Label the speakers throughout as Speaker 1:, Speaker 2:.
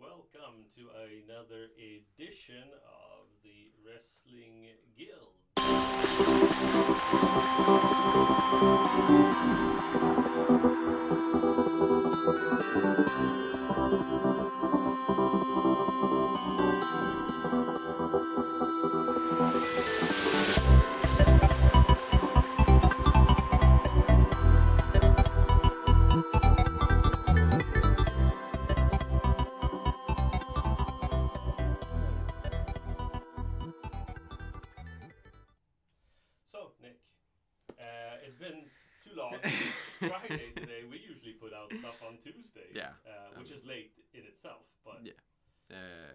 Speaker 1: welcome to another edition of the Wrestling Guild. So, Nick, uh, it's been too long. It's Friday today. We usually put out stuff on Tuesdays,
Speaker 2: Yeah,
Speaker 1: uh, which
Speaker 2: um,
Speaker 1: is late in itself, but
Speaker 2: yeah, Uh,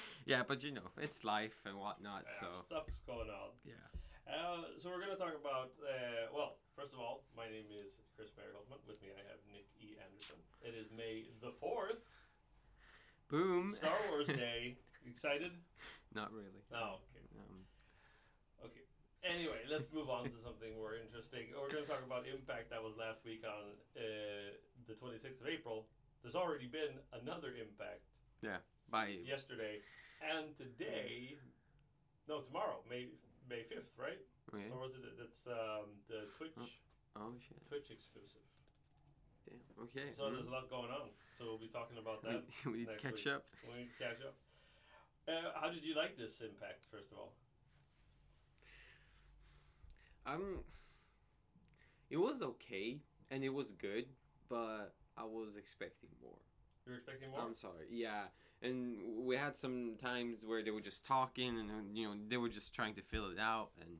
Speaker 2: yeah, but you know, it's life and whatnot,
Speaker 1: uh,
Speaker 2: so
Speaker 1: stuff's going on.
Speaker 2: yeah.
Speaker 1: Uh, so we're going to talk about. Uh, well, first of all, my name is Chris Barry Hoffman. With me, I have Nick E. Anderson. It is May the fourth,
Speaker 2: Boom.
Speaker 1: Star Wars Day. Excited?
Speaker 2: Not really.
Speaker 1: Oh, okay.
Speaker 2: Um,
Speaker 1: Okay. Anyway, let's move on to something more interesting. We're going to talk about Impact that was last week on uh, the 26th of April. There's already been another Impact
Speaker 2: by
Speaker 1: yesterday and today. No, tomorrow, May May 5th, right?
Speaker 2: okay.
Speaker 1: Or was it? That's um, the Twitch
Speaker 2: Oh shit.
Speaker 1: Twitch exclusive.
Speaker 2: Damn. Okay.
Speaker 1: So
Speaker 2: mm.
Speaker 1: there's a lot going on. So we'll be talking about that
Speaker 2: we, we need to
Speaker 1: next
Speaker 2: catch
Speaker 1: week.
Speaker 2: up.
Speaker 1: when we catch up. Uh, how did you like this Impact? First of all,
Speaker 2: Um, it was okay and it was good, but I was expecting more.
Speaker 1: you were expecting more.
Speaker 2: I'm sorry. Yeah, and we had some times where they were just talking and uh, you know they were just trying to fill it out, and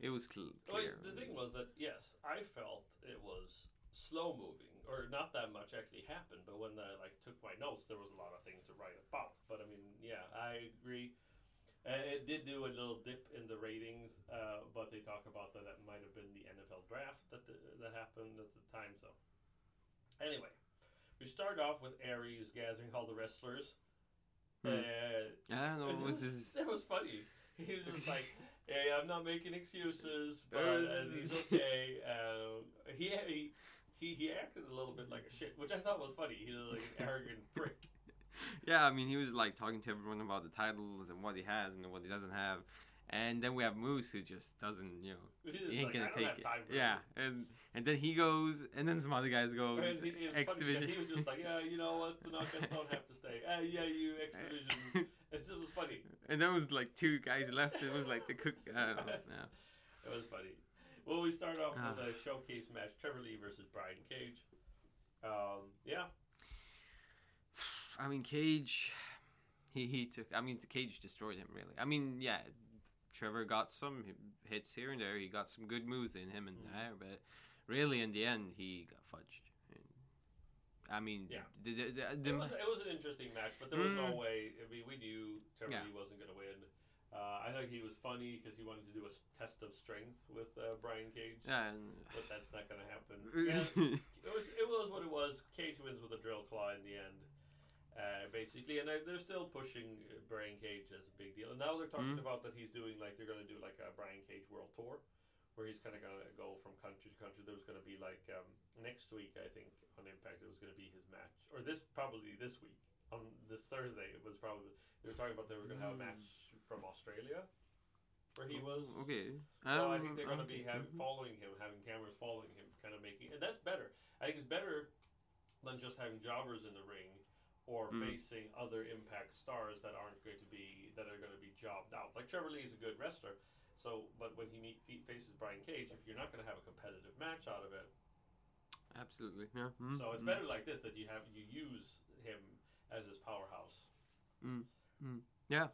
Speaker 2: it was cl-
Speaker 1: Well,
Speaker 2: clear.
Speaker 1: the thing was that yes, I felt it was slow moving, or not that much actually happened. But when I like took my notes, there was a lot of things to write about. But I mean, yeah, I agree. Uh, it did do a little dip in the ratings, uh, but they talk about that that might have been the NFL draft that uh, that happened at the time. So, anyway, we start off with Aries gathering all the wrestlers.
Speaker 2: Hmm.
Speaker 1: Uh,
Speaker 2: I don't know.
Speaker 1: it
Speaker 2: What this is.
Speaker 1: that was funny. He was just like, "Hey, I'm not making excuses, but uh, it's okay." Um, he, he he he acted a little bit like a shit, which I thought was funny. He was like an arrogant prick.
Speaker 2: Yeah, I mean, he was like talking to everyone about the titles and what he has and what he doesn't have, and then we have Moose who just doesn't, you know,
Speaker 1: He was
Speaker 2: he ain't
Speaker 1: like,
Speaker 2: gonna
Speaker 1: "I don't
Speaker 2: take
Speaker 1: have
Speaker 2: it.
Speaker 1: time for
Speaker 2: yeah, and and then he goes, and then some other guys go.
Speaker 1: And he, it was
Speaker 2: X
Speaker 1: funny because
Speaker 2: Division.
Speaker 1: he was just like, "Yeah, you know what? The knockouts don't have to stay. Uh, yeah, you X division." It's just- It was funny.
Speaker 2: and there was like two guys left. It was like the cook. I don't know. Yeah.
Speaker 1: It was funny. Well, we start off
Speaker 2: Ah.
Speaker 1: with a showcase match: Trevor Lee versus Brian Cage. Um, yeah,
Speaker 2: I mean, Cage, he he took. I mean, Cage destroyed him really. I mean, yeah, Trevor got some hi- hits here and there. He got some good moves in him and
Speaker 1: Mhm.
Speaker 2: there, but really in the end, he got fudged. And, I mean,
Speaker 1: Yeah.
Speaker 2: The, the, the, the,
Speaker 1: It was, it was an interesting match, but there was no
Speaker 2: Mm.
Speaker 1: way. I mean, we knew Trevor
Speaker 2: Yeah.
Speaker 1: Lee wasn't going to win. Uh, I think he was funny because he wanted to do a s- test of strength with uh, Brian Cage,
Speaker 2: yeah, and-
Speaker 1: but that's not going to happen. Yeah, it was it was what it was. Cage wins with a drill claw in the end, uh, basically, and I, they're still pushing uh, Brian Cage as a big deal. And now they're talking
Speaker 2: Mm.
Speaker 1: about that he's doing like they're going to do like a Brian Cage world tour, where he's kind of going to go from country to country. There was going to be like um, next week, I think, on Impact, it was going to be his match, or this probably this week on this Thursday. It was probably they were talking about they were going to have a
Speaker 2: Mm.
Speaker 1: match from Australia, where he was.
Speaker 2: okay.
Speaker 1: So I
Speaker 2: don't
Speaker 1: think
Speaker 2: know,
Speaker 1: they're going to be
Speaker 2: Um, okay. mm-hmm.
Speaker 1: having, following him, having cameras following him, kind of making, and that's better. I think it's better than just having jobbers in the ring or
Speaker 2: Mm.
Speaker 1: facing other Impact stars that aren't going to be that are going to be jobbed out. Like Trevor Lee is a good wrestler, so but when he meet, fe faces Brian Cage, if you're not going to have a competitive match out of it,
Speaker 2: absolutely. Yeah. mhm,
Speaker 1: so it's
Speaker 2: mhm.
Speaker 1: better like this that you have you use him as his powerhouse.
Speaker 2: Mm, mm. Yeah.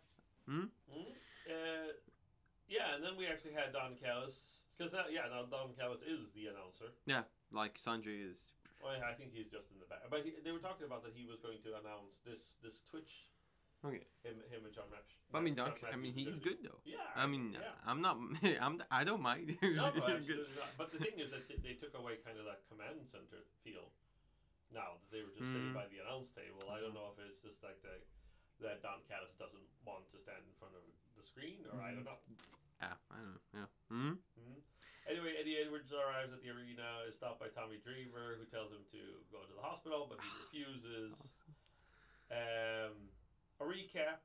Speaker 2: Mm.
Speaker 1: Mm, Uh, yeah, and then we actually had Don Callis because now yeah now Don Callis is the announcer.
Speaker 2: Like Sanjay is.
Speaker 1: Well, I think he's just in the back. But he, they were talking about that he was going to announce this this Twitch.
Speaker 2: Okay.
Speaker 1: Him, him and John Match.
Speaker 2: I mean,
Speaker 1: John
Speaker 2: Doc. I
Speaker 1: Matthews
Speaker 2: mean,
Speaker 1: was
Speaker 2: he's
Speaker 1: gonna
Speaker 2: good though.
Speaker 1: do- Yeah.
Speaker 2: I mean,
Speaker 1: yeah.
Speaker 2: I'm not. I'm. I don't mind.
Speaker 1: No,
Speaker 2: Good.
Speaker 1: but, absolutely not. but the thing is that they- they took away kind of that command center feel. Now that they were just sitting
Speaker 2: Mm.
Speaker 1: by the announce table, I don't know if it's just like the, that Don Callis doesn't want to stand in front of the screen, or I don't
Speaker 2: Mm-hmm.
Speaker 1: know.
Speaker 2: Yeah, I don't know. Yeah. Mm?
Speaker 1: Mhm. Anyway, Eddie Edwards arrives at the arena, is stopped by Tommy Dreamer, who tells him to go to the hospital, but he refuses. Um, recap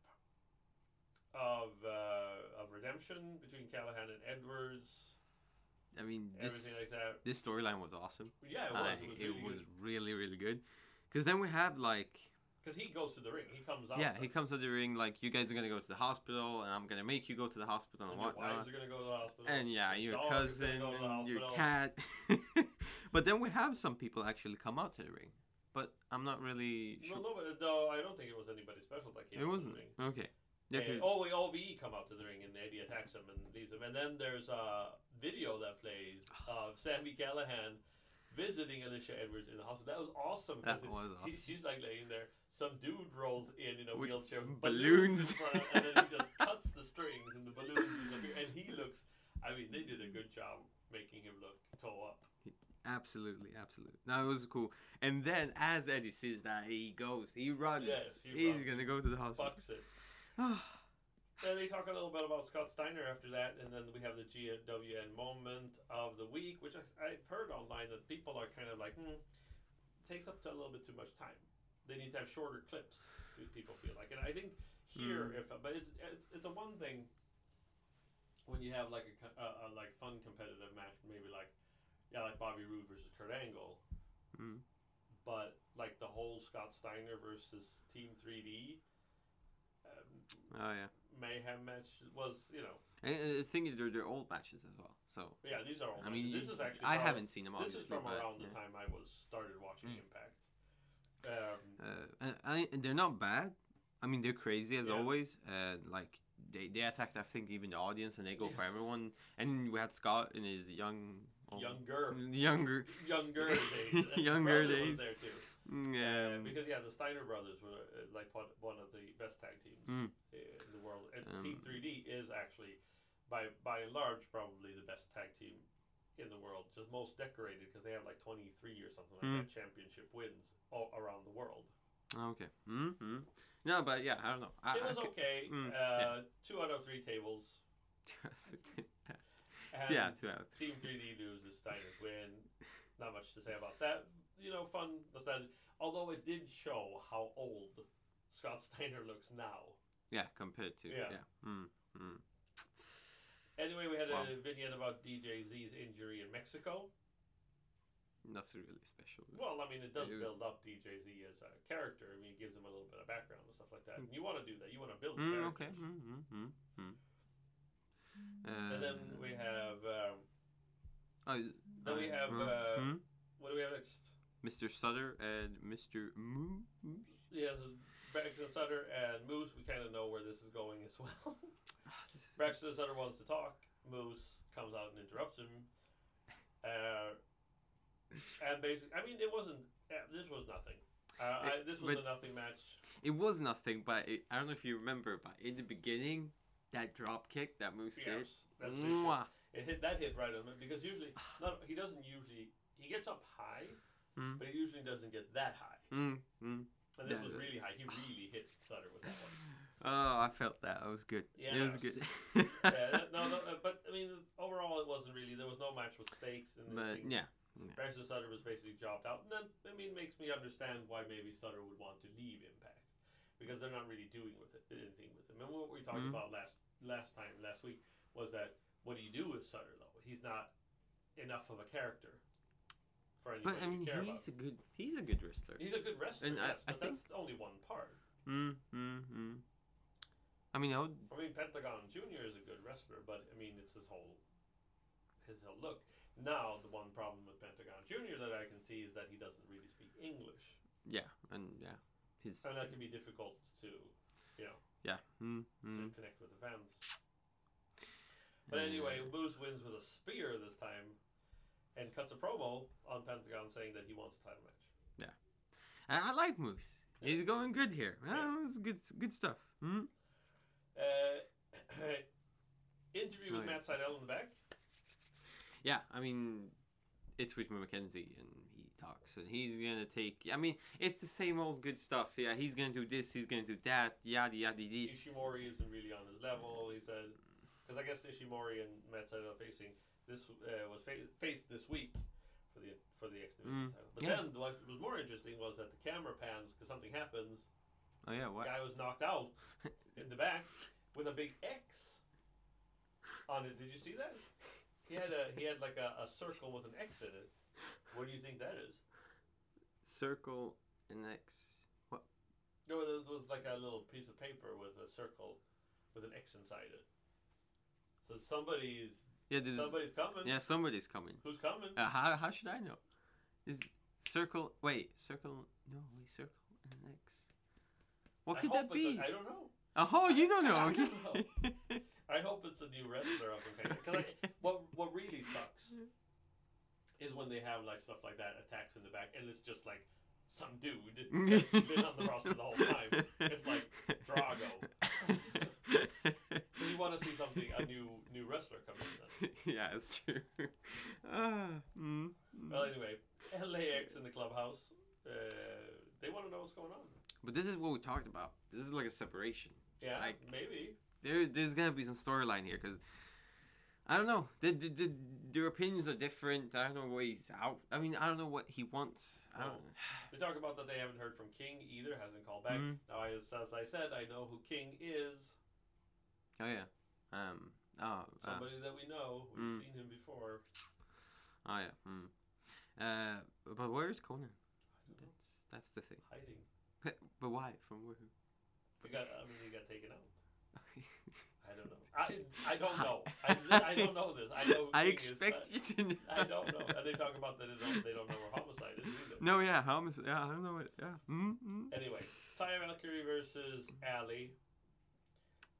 Speaker 1: of uh, of redemption between Callahan and Edwards,
Speaker 2: I mean, this
Speaker 1: everything like that.
Speaker 2: this storyline was awesome.
Speaker 1: Yeah, it was.
Speaker 2: Like,
Speaker 1: it was,
Speaker 2: it
Speaker 1: really
Speaker 2: was really, really good. Because then we have like,
Speaker 1: because he goes to the ring. He comes out.
Speaker 2: yeah, he comes to the ring like, you guys are gonna go to the hospital, and I'm gonna make you go to the hospital and,
Speaker 1: And your
Speaker 2: whatnot.
Speaker 1: wives are gonna go to the hospital.
Speaker 2: And yeah, your
Speaker 1: dog is gonna
Speaker 2: cousin,
Speaker 1: go to the
Speaker 2: and your
Speaker 1: hospital.
Speaker 2: cat. but then we have some people actually come out to the ring. But I'm not really sure.
Speaker 1: No, no, but though I don't think it was anybody special that came.
Speaker 2: it
Speaker 1: to the
Speaker 2: wasn't
Speaker 1: ring.
Speaker 2: okay. Yeah,
Speaker 1: And-
Speaker 2: 'cause-
Speaker 1: oh, wait, OVE come out to the ring and Eddie attacks him and leaves him. And then there's a video that plays of Sammy Callahan visiting Alicia Edwards in the hospital. That was awesome. 'cause
Speaker 2: that
Speaker 1: it-
Speaker 2: was
Speaker 1: he-
Speaker 2: awesome.
Speaker 1: she's like laying there. Some dude rolls in in a
Speaker 2: With
Speaker 1: wheelchair, with
Speaker 2: balloons.
Speaker 1: in front of him, and then he just cuts the strings, and the balloons disappear. And he looks. I mean, they did a good job making him look toe up.
Speaker 2: Absolutely, absolutely. No, it was cool. And then as Eddie sees that, he goes, he runs.
Speaker 1: Yes, he
Speaker 2: He's
Speaker 1: runs.
Speaker 2: gonna go to the hospital. Oh,
Speaker 1: Fucks it. And they talk a little bit about Scott Steiner after that, and then we have the GWN moment of the week, which I, I've heard online that people are kind of like, hmm, takes up to a little bit too much time. They need to have shorter clips. do People feel like, and I think here, if but it's, it's it's a one thing when you have like a, co- a, a like fun competitive match, maybe like yeah, like Bobby Roode versus Kurt Angle,
Speaker 2: Mm.
Speaker 1: but like the whole Scott Steiner versus Team 3D. Um,
Speaker 2: oh yeah.
Speaker 1: mayhem match was you know
Speaker 2: And, and the thing is, they're, they're old matches as well. So
Speaker 1: yeah these are all
Speaker 2: I mean,
Speaker 1: matches. this
Speaker 2: you-
Speaker 1: is actually
Speaker 2: I
Speaker 1: from-
Speaker 2: haven't seen them.
Speaker 1: this
Speaker 2: Obviously,
Speaker 1: is from
Speaker 2: but,
Speaker 1: around
Speaker 2: yeah.
Speaker 1: the time I was started watching
Speaker 2: Mm.
Speaker 1: Impact um,
Speaker 2: Uh, and, I- and they're not bad. I mean, they're crazy as
Speaker 1: Yeah.
Speaker 2: always. And like they, they attacked, I think, even the audience, and they go
Speaker 1: Yeah.
Speaker 2: for everyone. And we had Scott in his young, old-
Speaker 1: younger
Speaker 2: younger,
Speaker 1: younger days And
Speaker 2: Younger
Speaker 1: Brother
Speaker 2: days.
Speaker 1: was there too Uh,
Speaker 2: um,
Speaker 1: because yeah the Steiner brothers were uh, like one- one of the best tag teams
Speaker 2: Mm.
Speaker 1: uh, in the world and
Speaker 2: Um,
Speaker 1: Team 3D is actually by by and large probably the best tag team in the world just most decorated because they have like 23 or something like
Speaker 2: Mm.
Speaker 1: that championship wins all around the world
Speaker 2: okay. Mm-hmm. No, but yeah, I don't know. I,
Speaker 1: it
Speaker 2: I
Speaker 1: was
Speaker 2: could-
Speaker 1: okay.
Speaker 2: mm,
Speaker 1: uh, Two out of three tables. And
Speaker 2: yeah, two out.
Speaker 1: Team 3D loses, Steiners win. Not much to say about that. You know, fun nostalgia. Although it did show how old Scott Steiner looks now.
Speaker 2: Yeah, compared to yeah.
Speaker 1: Yeah.
Speaker 2: Mm, mm.
Speaker 1: Anyway, we had
Speaker 2: Wow.
Speaker 1: a vignette about DJ Z's injury in Mexico.
Speaker 2: Nothing really special.
Speaker 1: Well, I mean, it does
Speaker 2: It was-
Speaker 1: build up DJ Z as a character. I mean, it gives him a little bit of background and stuff like that. And
Speaker 2: Mm.
Speaker 1: you want to do that. You want to build a
Speaker 2: Mm,
Speaker 1: character.
Speaker 2: okay. Mm, mm, mm, mm.
Speaker 1: And then
Speaker 2: Uh,
Speaker 1: we have. Um,
Speaker 2: oh,
Speaker 1: then we
Speaker 2: uh,
Speaker 1: have,
Speaker 2: mm,
Speaker 1: uh,
Speaker 2: mm.
Speaker 1: what do we have next?
Speaker 2: Mr. Sutter and Mr. Moose.
Speaker 1: Yes, Braxton Sutter and Moose, we kind of know where this is going as well.
Speaker 2: Ah, this is-
Speaker 1: Braxton Sutter wants to talk. Moose comes out and interrupts him. Uh, and basically, I mean, it wasn't, uh, this was nothing. Uh, I, this was a
Speaker 2: but-
Speaker 1: nothing match.
Speaker 2: It was nothing, but it, I don't know if you remember, but in the beginning, that drop kick that Moose
Speaker 1: Yes,
Speaker 2: did.
Speaker 1: that's
Speaker 2: Mwah.
Speaker 1: it hit that hit right on him because usually not, he doesn't usually he gets up high,
Speaker 2: Mm.
Speaker 1: but he usually doesn't get that high.
Speaker 2: Mm, mm.
Speaker 1: And this
Speaker 2: Yeah,
Speaker 1: was
Speaker 2: the-
Speaker 1: really high. He really hit Sutter with that one.
Speaker 2: Oh, I felt that. That was good. It was
Speaker 1: Yes.
Speaker 2: good.
Speaker 1: yeah, that- no, no, uh, but I mean, overall, it wasn't really. There was no match with stakes, and
Speaker 2: but
Speaker 1: anything.
Speaker 2: yeah.
Speaker 1: Braxton Sutter was basically jobbed out, and then I mean, makes me understand why maybe Sutter would want to leave Impact because they're not really doing with it, anything with him. And what we talked
Speaker 2: Mhm.
Speaker 1: about last last time last week was that what do you do with Sutter though? He's not enough of a character for
Speaker 2: But
Speaker 1: anybody
Speaker 2: I mean,
Speaker 1: to care about.
Speaker 2: he's a good. He's a good wrestler.
Speaker 1: He's a good wrestler,
Speaker 2: and I-
Speaker 1: yes,
Speaker 2: I
Speaker 1: but
Speaker 2: think-
Speaker 1: that's only one part.
Speaker 2: Mm, mm, mm. I mean, I would,
Speaker 1: I mean, Pentagon Junior is a good wrestler, but I mean, it's his whole his whole look. Now, the one problem with Pentagon Junior that I can see is that he doesn't really speak English,
Speaker 2: yeah, and yeah, he's
Speaker 1: and that can be difficult to you know
Speaker 2: yeah. Mm,
Speaker 1: to
Speaker 2: mm.
Speaker 1: connect with the fans. But anyway,
Speaker 2: Uh,
Speaker 1: Moose wins with a spear this time, and cuts a promo on Pentagon saying that he wants a title match.
Speaker 2: and I like Moose.
Speaker 1: Yeah.
Speaker 2: He's going good here.
Speaker 1: Yeah.
Speaker 2: Ah, it's good, good stuff. Mm.
Speaker 1: Uh, interview
Speaker 2: Oh,
Speaker 1: with
Speaker 2: yeah.
Speaker 1: Matt Seidel in the back.
Speaker 2: Yeah, I mean, it's with Mackenzie, and he talks, and he's gonna take. I mean, it's the same old good stuff. Yeah, he's gonna do this, he's gonna do that, yada yada. These.
Speaker 1: Ishimori isn't really on his level. He said, because I guess Ishimori and Matt Sydal are facing this uh, was fa- faced this week for the for the X Division
Speaker 2: Mm,
Speaker 1: title. But
Speaker 2: yeah.
Speaker 1: then what was more interesting was that the camera pans because something happens,
Speaker 2: Oh yeah, what?
Speaker 1: Guy was knocked out in the back with a big X on it. Did you see that? He had a he had like a, a circle with an X in it. What do you think that is?
Speaker 2: Circle and X.
Speaker 1: No, it was like a little piece of paper with a circle with an X inside it. So somebody's
Speaker 2: Yeah, this is,
Speaker 1: somebody's coming.
Speaker 2: yeah, somebody's coming.
Speaker 1: Who's coming?
Speaker 2: Uh, how, how should I know? Is circle? Wait, circle? No, wait, circle and X. What
Speaker 1: I
Speaker 2: could
Speaker 1: hope
Speaker 2: that
Speaker 1: it's
Speaker 2: be?
Speaker 1: A, I don't know.
Speaker 2: oh, you don't know.
Speaker 1: I
Speaker 2: okay.
Speaker 1: don't I hope it's a new wrestler or something. Because like, what what really sucks is when they have like stuff like that attacks in the back, and it's just like some dude that's been on the roster the whole time. It's like Drago. But you want to see something a new new wrestler coming in. Then.
Speaker 2: yeah, it's true. Ah, mm, mm.
Speaker 1: Well, anyway, LAX in the clubhouse. Uh, they want to know what's going on.
Speaker 2: but this is what we talked about. This is like a separation.
Speaker 1: Yeah,
Speaker 2: Like-
Speaker 1: maybe.
Speaker 2: There, there's gonna be some storyline here because I don't know. The, the, the, their opinions are different. I don't know what he's out. I mean, I don't know what he wants. I don't.
Speaker 1: They talk about that they haven't heard from King either. Hasn't called back.
Speaker 2: Mhm.
Speaker 1: Now, as, as I said, I know who King is.
Speaker 2: Oh yeah. Um. Oh. uh,
Speaker 1: Somebody that we know. We've
Speaker 2: Mm.
Speaker 1: seen him before.
Speaker 2: oh yeah. Hmm. Uh. But where is Conan? That's that's the thing.
Speaker 1: Hiding.
Speaker 2: But why? From where?
Speaker 1: We got. I mean, he got taken out. I don't know. I, I don't know. I, I don't know this. I know. who
Speaker 2: I
Speaker 1: King is,
Speaker 2: expect
Speaker 1: but
Speaker 2: you to.
Speaker 1: I
Speaker 2: Know.
Speaker 1: don't know. And they talk about that they don't, they don't know where homicide is either.
Speaker 2: No, yeah, Helms. Yeah, I don't know what. Yeah. Mm-hmm.
Speaker 1: Anyway, Ty Valkyrie versus Ally.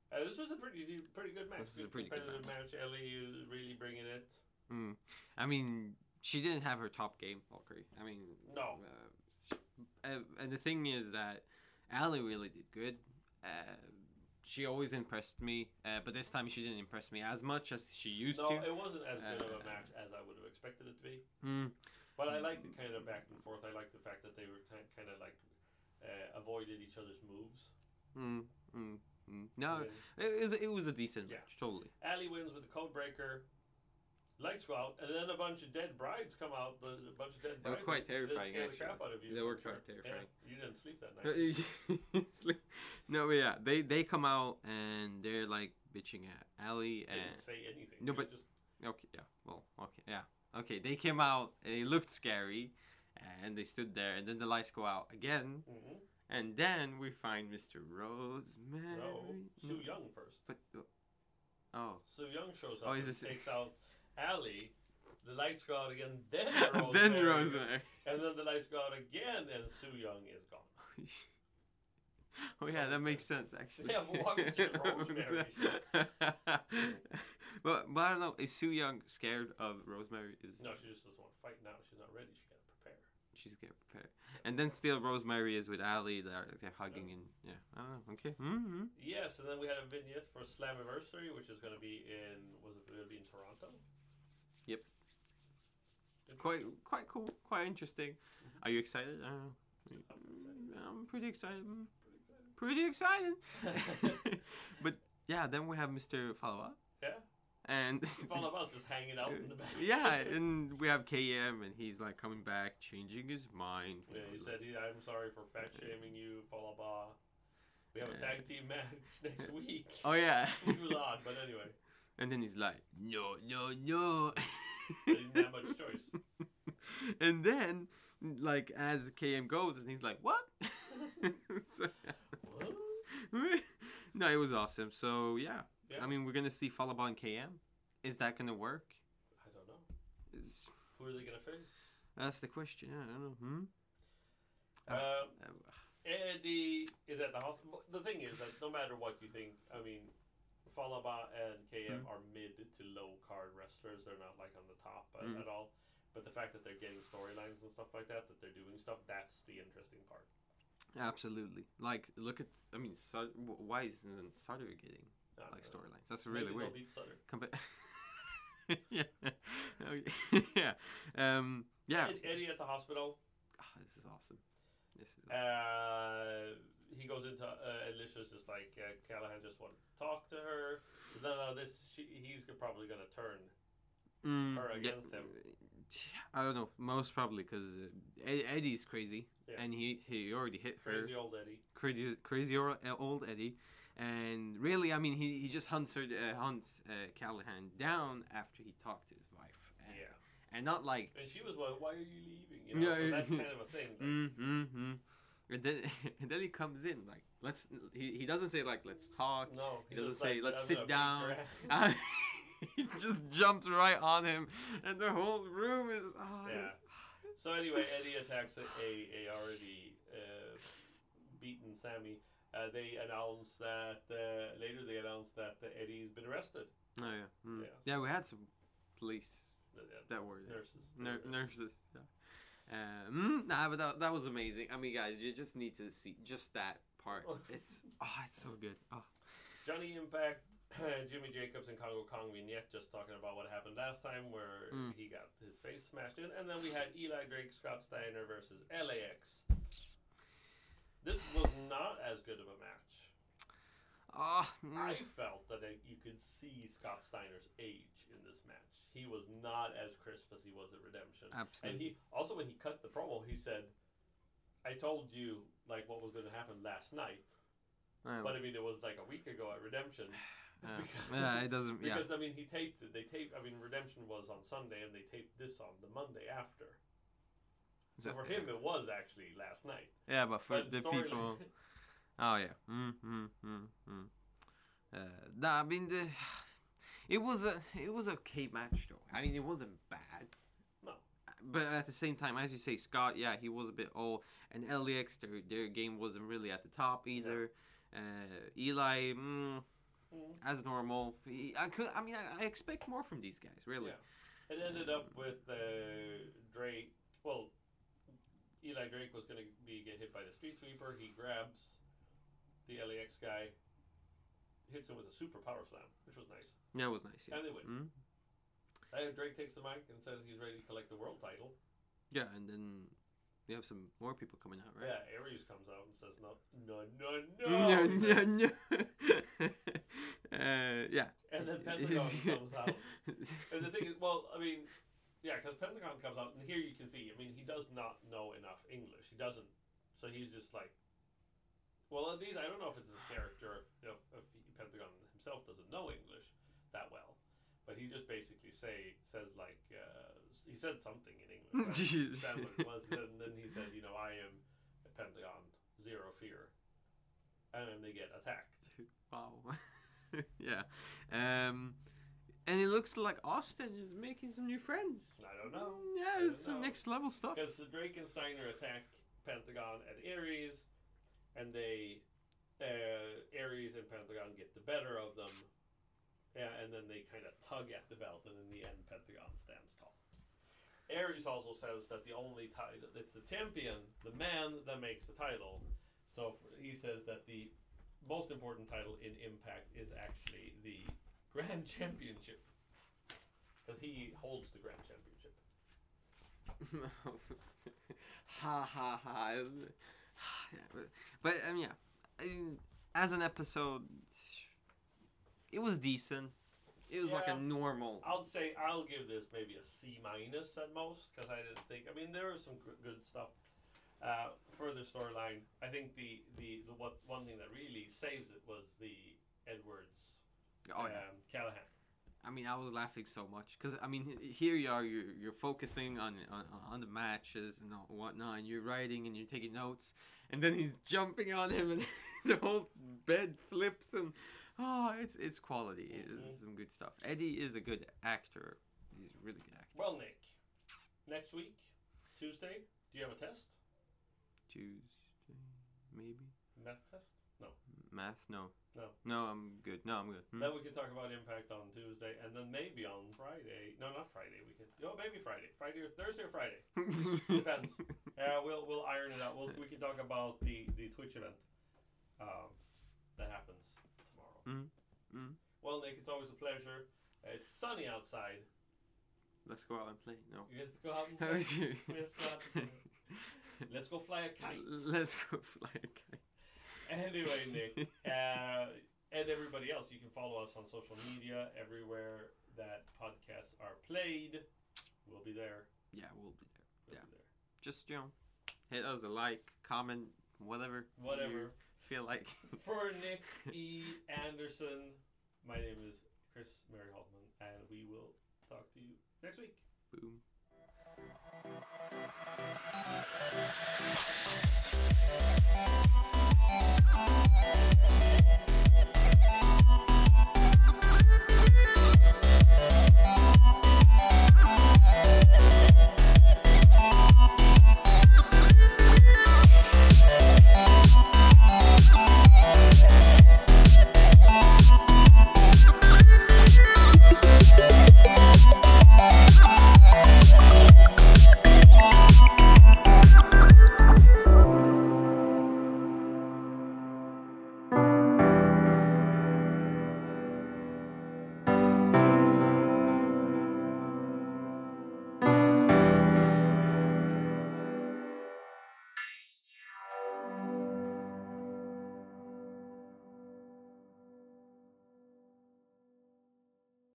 Speaker 1: Uh, this was a pretty de- pretty good match.
Speaker 2: This was a pretty good
Speaker 1: competitive match. Ally is really bringing it.
Speaker 2: Mm. I mean, she didn't have her top game, Valkyrie. I mean,
Speaker 1: No.
Speaker 2: Uh, and- and the thing is that Allie really did good. Uh, she always impressed me, uh, but this time she didn't impress me as much as she used
Speaker 1: No,
Speaker 2: to.
Speaker 1: it wasn't as good of a
Speaker 2: Uh,
Speaker 1: match as I would have expected it to be.
Speaker 2: Mm.
Speaker 1: But I liked the kind of back and forth. I liked the fact that they were kind kind of like uh, avoided each other's moves.
Speaker 2: Mm. Mm. Mm. No,
Speaker 1: And
Speaker 2: it was it was a decent
Speaker 1: Yeah.
Speaker 2: match, totally.
Speaker 1: Allie wins with a code breaker. Lights go out, and then a bunch of dead brides come out. The, a bunch of dead
Speaker 2: They were
Speaker 1: brides.
Speaker 2: quite
Speaker 1: that
Speaker 2: terrifying,
Speaker 1: scare the
Speaker 2: actually.
Speaker 1: crap out of you.
Speaker 2: They were
Speaker 1: I'm sure.
Speaker 2: quite
Speaker 1: Yeah,
Speaker 2: terrifying.
Speaker 1: you didn't sleep that night.
Speaker 2: no, but yeah, they they come out and they're like bitching at Allie
Speaker 1: They didn't
Speaker 2: and
Speaker 1: say anything.
Speaker 2: No,
Speaker 1: They
Speaker 2: but-
Speaker 1: just
Speaker 2: okay, yeah, well, okay, yeah, okay. They came out and they looked scary, and they stood there, and then the lights go out again,
Speaker 1: mm
Speaker 2: and then we find Mr. Rosemary.
Speaker 1: No,
Speaker 2: No,
Speaker 1: Sue Young first.
Speaker 2: but oh,
Speaker 1: Sue Young shows up
Speaker 2: Oh, is
Speaker 1: and
Speaker 2: this-
Speaker 1: takes out Allie. The lights go out again. Then
Speaker 2: then
Speaker 1: Rosemary,
Speaker 2: Rosemary.
Speaker 1: And then the lights go out again, and Sue Young is gone.
Speaker 2: Oh yeah, that makes sense actually.
Speaker 1: Yeah, but why would you Rosemary?
Speaker 2: but but I don't know. Is Sue Young scared of Rosemary? Is
Speaker 1: No, she just doesn't want to fight now. She's not ready. She got to prepare.
Speaker 2: she's scared? Prepared. And then still Rosemary is with Allie. They're they're hugging and yeah. I don't know. Okay. Mm-hmm.
Speaker 1: Yes, and then we had a vignette for Slammiversary, which is going to be in was it going to be in Toronto?
Speaker 2: Yep.
Speaker 1: Good.
Speaker 2: Quite quite cool. Quite interesting.
Speaker 1: Mm-hmm.
Speaker 2: Are you excited? I don't know. I'm pretty excited. Mm,
Speaker 1: Pretty excited.
Speaker 2: Pretty excited. but yeah, then we have Mr. Follow Up.
Speaker 1: Yeah.
Speaker 2: And
Speaker 1: All of us just hanging out in the back.
Speaker 2: Uh, yeah, and we have KM, and he's like coming back, changing his mind.
Speaker 1: Yeah, he said, he, "I'm sorry for fat shaming you, blah blah, blah." We have a tag team match next week,
Speaker 2: oh yeah,
Speaker 1: which was odd, but anyway,
Speaker 2: and then he's like, no, no, no.
Speaker 1: they didn't have much choice.
Speaker 2: and then, like as KM goes, and he's like, what? So-
Speaker 1: What?
Speaker 2: no, it was awesome. So yeah,
Speaker 1: Yeah.
Speaker 2: I mean, we're gonna see Falaba and KM. Is that gonna work?
Speaker 1: I don't know.
Speaker 2: It's-
Speaker 1: Who are they gonna face?
Speaker 2: that's the question. I don't know. Hmm?
Speaker 1: Uh,
Speaker 2: Uh,
Speaker 1: Eddie is at the hospital. The thing is that no matter what you think, I mean, Falaba and
Speaker 2: Mm-hmm.
Speaker 1: KM are mid to low card wrestlers. They're not like on the top at,
Speaker 2: Mm.
Speaker 1: at all. But the fact that they're getting storylines and stuff like that, that they're doing stuff, that's the interesting part.
Speaker 2: Absolutely. Like, look at. I mean, Sud- wh- why isn't Sutter getting
Speaker 1: I don't
Speaker 2: like
Speaker 1: know.
Speaker 2: storylines? That's really
Speaker 1: Uh, Maybe
Speaker 2: weird.
Speaker 1: they'll beat Sutter.
Speaker 2: Compa- yeah. Okay. yeah. Um. Yeah.
Speaker 1: Ed- Eddie at the hospital.
Speaker 2: Ah, this is awesome. This is.
Speaker 1: Uh, he goes into uh, Alicia's just like uh, Callahan just wanted to talk to her. No, no, this she, he's go- probably gonna turn.
Speaker 2: Mm,
Speaker 1: or
Speaker 2: yeah,
Speaker 1: against him.
Speaker 2: I don't know. Most probably uh, because Eddie's crazy,
Speaker 1: Yeah.
Speaker 2: and he he already hit her.
Speaker 1: Crazy old Eddie.
Speaker 2: Crazy, crazy or- uh, old Eddie, and really, I mean, he, he just hunts her, uh, hunts uh, Callahan down after he talked to his wife, and,
Speaker 1: Yeah.
Speaker 2: and not like
Speaker 1: And she was like, "Why are you leaving?" You know,
Speaker 2: Yeah,
Speaker 1: so
Speaker 2: yeah.
Speaker 1: that's kind of a thing. that-
Speaker 2: mm mm mm. And then and then he comes in like let's. He, he doesn't say like let's talk.
Speaker 1: No,
Speaker 2: Mm. He doesn't
Speaker 1: was
Speaker 2: say, "Let's
Speaker 1: "I'm gonna
Speaker 2: sit
Speaker 1: beat
Speaker 2: down."
Speaker 1: your ass."
Speaker 2: Uh, he just jumps right on him, and the whole room is. Oh,
Speaker 1: Yeah. So anyway, Eddie attacks a, a, a already uh, beaten Sammy. Uh, they announce that uh, later. They announce that uh, Eddie's been arrested.
Speaker 2: No, yeah. Mm.
Speaker 1: Yeah.
Speaker 2: yeah. we had some police
Speaker 1: Uh, yeah,
Speaker 2: that were there.
Speaker 1: nurses.
Speaker 2: Ner- nurses. Yeah. Uh, mm, nah, but that, that was amazing. I mean, guys, you just need to see just that part. It's oh, it's so good. Oh.
Speaker 1: Johnny Impact, Jimmy Jacobs, and Congo Kong vignette just talking about what happened last time, where
Speaker 2: Mm.
Speaker 1: he got his face smashed in, and then we had Eli Drake, Scott Steiner versus LAX. This was not as good of a match.
Speaker 2: Oh, mm.
Speaker 1: I felt that it, you could see Scott Steiner's age in this match. He was not as crisp as he was at Redemption. And
Speaker 2: absolutely.
Speaker 1: he also when he cut the promo, he said, "I told you like what was going to happen last night,
Speaker 2: Yeah,
Speaker 1: but I mean it was like a week ago at Redemption."
Speaker 2: yeah.
Speaker 1: because-
Speaker 2: yeah, it doesn't. Yeah,
Speaker 1: Because I mean, he taped it. They taped. I mean, Redemption was on Sunday, and they taped this on the Monday after. So for him, it was actually last night.
Speaker 2: yeah, but for
Speaker 1: But
Speaker 2: the
Speaker 1: storyline-
Speaker 2: people. Oh yeah. Mm, mm, mm, mm. Uh, nah, I mean the. It was a it was a okay match though. I mean it wasn't bad.
Speaker 1: No.
Speaker 2: But at the same time, as you say, Scott, yeah, he was a bit old, and LAX their their game wasn't really at the top either. Uh, Eli, mm,
Speaker 1: Mm.
Speaker 2: as normal, he, I could. I mean, I, I expect more from these guys, really.
Speaker 1: Yeah. It ended up with uh, Drake. Well, Eli Drake was going to be get hit by the street sweeper. He grabs the LAX guy, hits him with a super power slam, which was nice,
Speaker 2: Yeah, it was nice. Yeah,
Speaker 1: and they win.
Speaker 2: Mm.
Speaker 1: And Drake takes the mic and says he's ready to collect the world title.
Speaker 2: yeah, and then we have some more people coming out, right?
Speaker 1: Yeah, Aries comes out and says, "No, no, no, no."
Speaker 2: No,
Speaker 1: he
Speaker 2: no,
Speaker 1: says.
Speaker 2: no. uh, yeah.
Speaker 1: And then Pentagon comes out. And the thing is, well, I mean, yeah, because Pentagon comes out, and here you can see, I mean, he does not know enough English. He doesn't. So he's just like, well, at least I don't know if it's his character, if, if, if he- Pentagon himself doesn't know English that well. But he just basically say says like uh, he said something in English. I understand what it was, and then he said, you know, I am Pentagon, zero fear, and then they get attacked.
Speaker 2: wow. yeah. Um, and it looks like Austin is making some new friends.
Speaker 1: I don't know.
Speaker 2: Mm, Yeah, it's some
Speaker 1: No.
Speaker 2: next level stuff.
Speaker 1: Because the Drake and Steiner attack Pentagon and Ares, and they uh, Ares and Pentagon get the better of them. Yeah, and then they kind of tug at the belt, and in the end, Pentagon stands tall. Ares also says that the only title it's the champion, the man that makes the title. So f- he says that the most important title in Impact is actually the Grand Championship, because he holds the Grand Championship.
Speaker 2: ha ha ha. Yeah, but- but um, yeah, I mean, as an episode, it was decent. It was like a
Speaker 1: Yeah.
Speaker 2: normal.
Speaker 1: I'll say I'll give this maybe a C minus at most because I didn't think. I mean, there was some gr- good stuff. Uh, further storyline, I think the the the what one thing that really saves it was the Edwards
Speaker 2: Oh
Speaker 1: um,
Speaker 2: yeah.
Speaker 1: Callahan.
Speaker 2: I mean, I was laughing so much because I mean, h- here you are, you're, you're focusing on, on on the matches and all- whatnot, and you're writing and you're taking notes, and then he's jumping on him, and the whole bed flips, and oh, it's it's quality,
Speaker 1: Mhm.
Speaker 2: it's some good stuff. Eddie is a good actor, he's a really good actor.
Speaker 1: Well, Nick, next week Tuesday, do you have a test?
Speaker 2: Tuesday, maybe
Speaker 1: Math test? No.
Speaker 2: math? No,
Speaker 1: No.
Speaker 2: no, I'm good. No, I'm good. Hmm.
Speaker 1: Then we could talk about impact on Tuesday, and then maybe on Friday. No, not Friday. We could. Oh, maybe Friday. Friday or Thursday or Friday.
Speaker 2: Hmm?
Speaker 1: Depends. Yeah, we'll we'll iron it out. We'll, we can talk about the the Twitch event um, that happens tomorrow.
Speaker 2: Mm, mm.
Speaker 1: Well, Nick, it's always a pleasure. Uh, It's sunny outside.
Speaker 2: Let's go out and play. No.
Speaker 1: Let's go out and
Speaker 2: How is you?
Speaker 1: Let's go out and let's go fly a kite.
Speaker 2: Let's go fly a kite.
Speaker 1: Anyway, Nick uh, and everybody else, you can follow us on social media everywhere that podcasts are played. We'll be there.
Speaker 2: yeah, we'll be there.
Speaker 1: We'll
Speaker 2: Yeah.
Speaker 1: be there.
Speaker 2: Just you know, hit us a like, comment, whatever.
Speaker 1: Whatever.
Speaker 2: you feel like.
Speaker 1: For Nick E. Anderson, my name is Chris Mary Haltman, and we will talk to you next week.
Speaker 2: Boom.